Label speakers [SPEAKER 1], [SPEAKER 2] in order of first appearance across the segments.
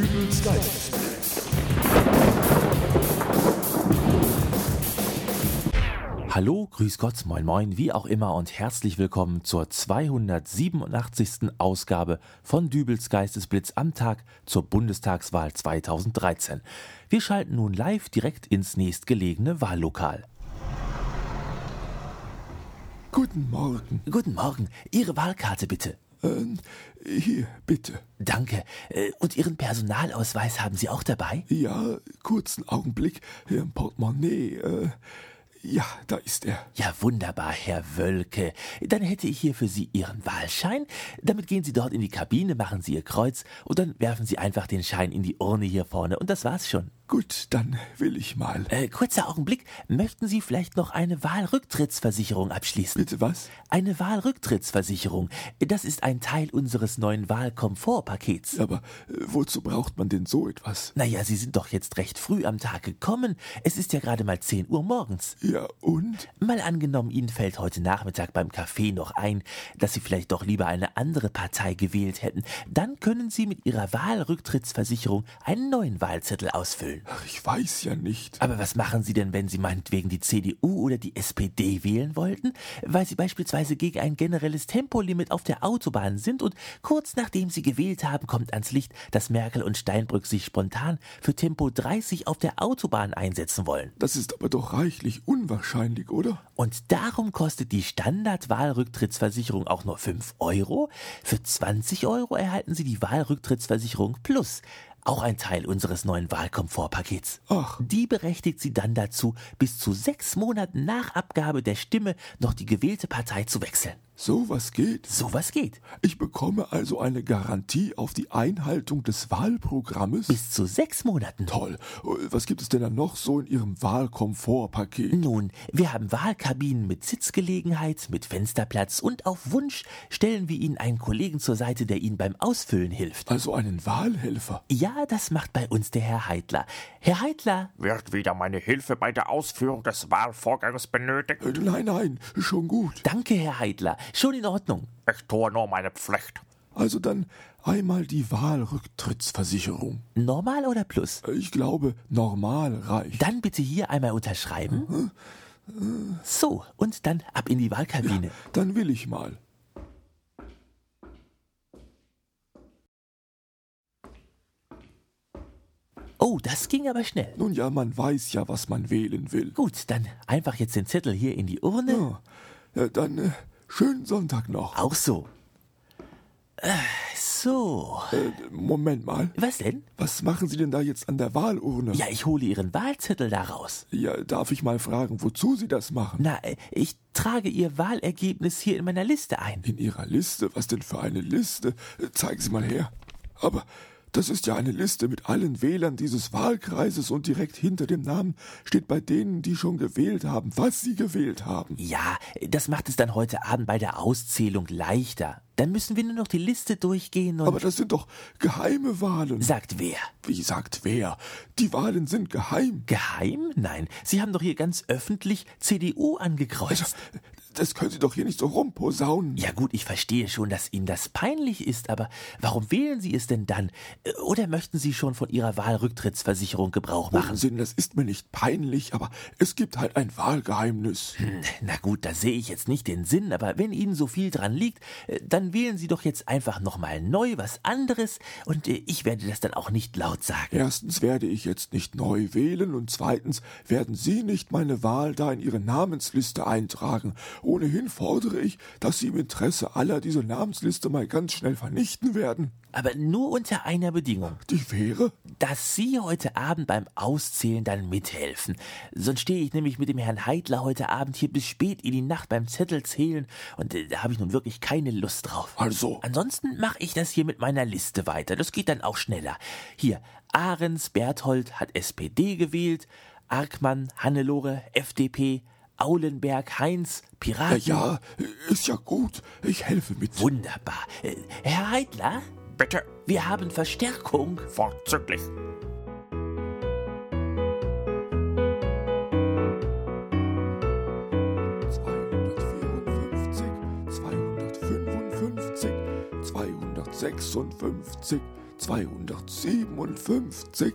[SPEAKER 1] des Geistes.
[SPEAKER 2] Hallo, grüß Gott, moin moin, wie auch immer und herzlich willkommen zur 287. Ausgabe von Dübels Geistesblitz am Tag zur Bundestagswahl 2013. Wir schalten nun live direkt ins nächstgelegene Wahllokal.
[SPEAKER 1] Guten Morgen.
[SPEAKER 2] Guten Morgen, Ihre Wahlkarte bitte.
[SPEAKER 1] Ähm, hier, bitte.
[SPEAKER 2] Danke. Äh, Und Ihren Personalausweis haben Sie auch dabei?
[SPEAKER 1] Ja, kurzen Augenblick. Hier im Portemonnaie. Äh, ja, da ist er.
[SPEAKER 2] Ja, wunderbar, Herr Wölke. Dann hätte ich hier für Sie Ihren Wahlschein. Damit gehen Sie dort in die Kabine, machen Sie Ihr Kreuz und dann werfen Sie einfach den Schein in die Urne hier vorne und das war's schon.
[SPEAKER 1] Gut, dann will ich mal.
[SPEAKER 2] Äh, kurzer Augenblick. Möchten Sie vielleicht noch eine Wahlrücktrittsversicherung abschließen?
[SPEAKER 1] Bitte was?
[SPEAKER 2] Eine Wahlrücktrittsversicherung. Das ist ein Teil unseres neuen Wahlkomfortpakets.
[SPEAKER 1] Aber äh, wozu braucht man denn so etwas?
[SPEAKER 2] Naja, Sie sind doch jetzt recht früh am Tag gekommen. Es ist ja gerade mal 10 Uhr morgens.
[SPEAKER 1] Ja, und?
[SPEAKER 2] Mal angenommen, Ihnen fällt heute Nachmittag beim Kaffee noch ein, dass Sie vielleicht doch lieber eine andere Partei gewählt hätten, dann können Sie mit Ihrer Wahlrücktrittsversicherung einen neuen Wahlzettel ausfüllen.
[SPEAKER 1] Ach, ich weiß ja nicht.
[SPEAKER 2] Aber was machen Sie denn, wenn Sie meinetwegen die CDU oder die SPD wählen wollten, weil Sie beispielsweise gegen ein generelles Tempolimit auf der Autobahn sind und kurz nachdem Sie gewählt haben, kommt ans Licht, dass Merkel und Steinbrück sich spontan für Tempo 30 auf der Autobahn einsetzen wollen?
[SPEAKER 1] Das ist aber doch reichlich unwahrscheinlich, oder?
[SPEAKER 2] Und darum kostet die Standardwahlrücktrittsversicherung auch nur 5 Euro. Für 20 Euro erhalten Sie die Wahlrücktrittsversicherung Plus, auch ein Teil unseres neuen Wahlkomfortpakets.
[SPEAKER 1] Ach.
[SPEAKER 2] Die berechtigt Sie dann dazu, bis zu sechs Monaten nach Abgabe der Stimme noch die gewählte Partei zu wechseln.
[SPEAKER 1] Sowas geht.
[SPEAKER 2] Sowas geht.
[SPEAKER 1] Ich bekomme also eine Garantie auf die Einhaltung des Wahlprogrammes.
[SPEAKER 2] Bis zu sechs Monaten.
[SPEAKER 1] Toll. Äh, Was gibt es denn da noch so in Ihrem Wahlkomfortpaket?
[SPEAKER 2] Nun, wir haben Wahlkabinen mit Sitzgelegenheit, mit Fensterplatz und auf Wunsch stellen wir Ihnen einen Kollegen zur Seite, der Ihnen beim Ausfüllen hilft.
[SPEAKER 1] Also einen Wahlhelfer.
[SPEAKER 2] Ja, das macht bei uns der Herr Heidler. Herr Heidler,
[SPEAKER 3] Wird wieder meine Hilfe bei der Ausführung des Wahlvorgangs benötigt?
[SPEAKER 1] Äh, Nein, nein, schon gut.
[SPEAKER 2] danke, Herr Heidler. Schon in Ordnung.
[SPEAKER 3] Ich tue nur meine Pflicht.
[SPEAKER 1] Also dann einmal die Wahlrücktrittsversicherung.
[SPEAKER 2] Normal oder plus?
[SPEAKER 1] Äh, Ich glaube, normal reicht.
[SPEAKER 2] Dann bitte hier einmal unterschreiben. So, und dann ab in die Wahlkabine.
[SPEAKER 1] Dann will ich mal.
[SPEAKER 2] Oh, das ging aber schnell.
[SPEAKER 1] Nun ja, man weiß ja, was man wählen will.
[SPEAKER 2] Gut, dann einfach jetzt den Zettel hier in die Urne.
[SPEAKER 1] Äh, Dann äh, schönen Sonntag noch.
[SPEAKER 2] Auch so. Äh, So.
[SPEAKER 1] Äh, Moment mal.
[SPEAKER 2] Was denn?
[SPEAKER 1] Was machen Sie denn da jetzt an der Wahlurne?
[SPEAKER 2] Ja, ich hole Ihren Wahlzettel daraus.
[SPEAKER 1] Ja, darf ich mal fragen, wozu Sie das machen?
[SPEAKER 2] Na, äh, ich trage Ihr Wahlergebnis hier in meiner Liste ein.
[SPEAKER 1] In Ihrer Liste? Was denn für eine Liste? Äh, Zeigen Sie mal her. Aber das ist ja eine Liste mit allen Wählern dieses Wahlkreises und direkt hinter dem Namen steht bei denen, die schon gewählt haben, was sie gewählt haben.
[SPEAKER 2] Ja, das macht es dann heute Abend bei der Auszählung leichter. Dann müssen wir nur noch die Liste durchgehen und.
[SPEAKER 1] Aber das sind doch geheime Wahlen.
[SPEAKER 2] sagt wer?
[SPEAKER 1] Wie sagt wer? Die Wahlen sind geheim.
[SPEAKER 2] Geheim? Nein. Sie haben doch hier ganz öffentlich CDU angekreuzt.
[SPEAKER 1] Das können Sie doch hier nicht so rumposaunen.
[SPEAKER 2] Ja gut, ich verstehe schon, dass Ihnen das peinlich ist, aber warum wählen Sie es denn dann? Äh, Oder möchten Sie schon von Ihrer Wahlrücktrittsversicherung Gebrauch machen?
[SPEAKER 1] Unsinn, das ist mir nicht peinlich, aber es gibt halt ein Wahlgeheimnis.
[SPEAKER 2] Hm, Na gut, da sehe ich jetzt nicht den Sinn, aber wenn Ihnen so viel dran liegt, äh, dann wählen Sie doch jetzt einfach nochmal neu was anderes und äh, ich werde das dann auch nicht laut sagen.
[SPEAKER 1] Erstens werde ich jetzt nicht neu wählen und zweitens werden Sie nicht meine Wahl da in Ihre Namensliste eintragen. Ohnehin fordere ich, dass Sie im Interesse aller diese Namensliste mal ganz schnell vernichten werden.
[SPEAKER 2] Aber nur unter einer Bedingung.
[SPEAKER 1] Die wäre?
[SPEAKER 2] dass Sie heute Abend beim Auszählen dann mithelfen. Sonst stehe ich nämlich mit dem Herrn Heidler heute Abend hier bis spät in die Nacht beim Zettel zählen und äh, da habe ich nun wirklich keine Lust drauf.
[SPEAKER 1] Also,
[SPEAKER 2] Ansonsten mache ich das hier mit meiner Liste weiter. Das geht dann auch schneller. Hier, Ahrens Berthold hat SPD gewählt, Arkmann, Hannelore, FDP, Aulenberg, Heinz,
[SPEAKER 1] ja,
[SPEAKER 2] Piraten.
[SPEAKER 1] ja, ist ja gut. Ich helfe mit.
[SPEAKER 2] Wunderbar. Äh, Herr Heidler,
[SPEAKER 3] Bitte,
[SPEAKER 2] wir haben Verstärkung.
[SPEAKER 3] vorzüglich.
[SPEAKER 1] 257.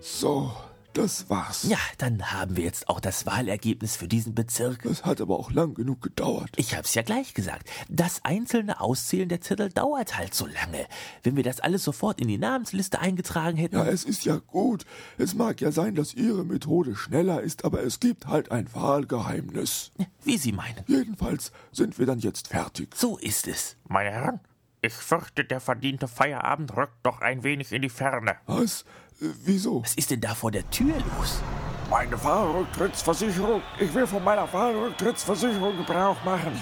[SPEAKER 1] So, das war's.
[SPEAKER 2] Ja, dann haben wir jetzt auch das Wahlergebnis für diesen Bezirk.
[SPEAKER 1] Das hat aber auch lang genug gedauert.
[SPEAKER 2] Ich hab's ja gleich gesagt. Das einzelne Auszählen der Zettel dauert halt so lange. Wenn wir das alles sofort in die Namensliste eingetragen hätten.
[SPEAKER 1] Ja, es ist ja gut. Es mag ja sein, dass Ihre Methode schneller ist, aber es gibt halt ein Wahlgeheimnis.
[SPEAKER 2] Wie Sie meinen.
[SPEAKER 1] Jedenfalls sind wir dann jetzt fertig.
[SPEAKER 2] So ist es.
[SPEAKER 3] Meine Herren, ich fürchte, der verdiente Feierabend rückt doch ein wenig in die Ferne.
[SPEAKER 1] Was? Äh, Wieso?
[SPEAKER 2] Was ist denn da vor der Tür los?
[SPEAKER 3] Meine Fahrrücktrittsversicherung. Ich will von meiner Fahrrücktrittsversicherung Gebrauch machen.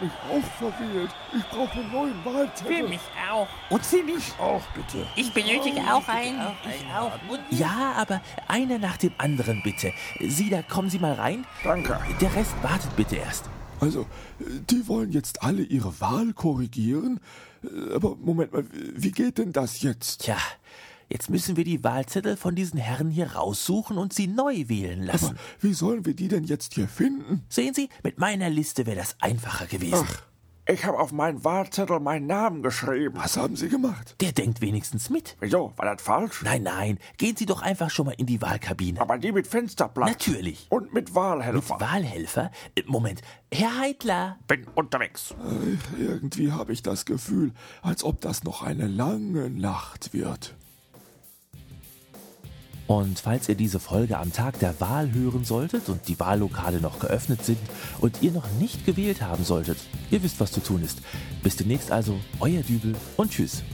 [SPEAKER 1] Ich auch verwählt. Ich brauche einen neuen
[SPEAKER 4] Für
[SPEAKER 1] Wahlzettel.
[SPEAKER 4] mich auch.
[SPEAKER 2] Und Sie nicht.
[SPEAKER 1] Auch bitte.
[SPEAKER 4] Ich benötige auch einen. Ich auch. Und
[SPEAKER 2] Ja, aber einer nach dem anderen bitte. Sie, da kommen Sie mal rein.
[SPEAKER 3] Danke.
[SPEAKER 2] Der Rest wartet bitte erst.
[SPEAKER 1] Also, äh, die wollen jetzt alle ihre Wahl korrigieren. Äh, Aber Moment mal, wie wie geht denn das jetzt?
[SPEAKER 2] Tja, jetzt müssen wir die Wahlzettel von diesen Herren hier raussuchen und sie neu wählen lassen.
[SPEAKER 1] Aber wie sollen wir die denn jetzt hier finden?
[SPEAKER 2] Sehen Sie, mit meiner Liste wäre das einfacher gewesen.
[SPEAKER 3] Ich habe auf meinen Wahlzettel meinen Namen geschrieben.
[SPEAKER 1] Was haben sie gemacht?
[SPEAKER 2] Der denkt wenigstens mit.
[SPEAKER 3] Wieso? War das falsch?
[SPEAKER 2] Nein, nein, gehen Sie doch einfach schon mal in die Wahlkabine.
[SPEAKER 3] Aber die mit Fensterblatt.
[SPEAKER 2] Natürlich.
[SPEAKER 3] Und mit Wahlhelfer.
[SPEAKER 2] Wahlhelfer? Äh, Moment, Herr Heidler.
[SPEAKER 3] Bin unterwegs.
[SPEAKER 1] Äh, Irgendwie habe ich das Gefühl, als ob das noch eine lange Nacht wird.
[SPEAKER 2] Und falls ihr diese Folge am Tag der Wahl hören solltet und die Wahllokale noch geöffnet sind und ihr noch nicht gewählt haben solltet, ihr wisst, was zu tun ist. Bis demnächst also, euer Dübel und tschüss.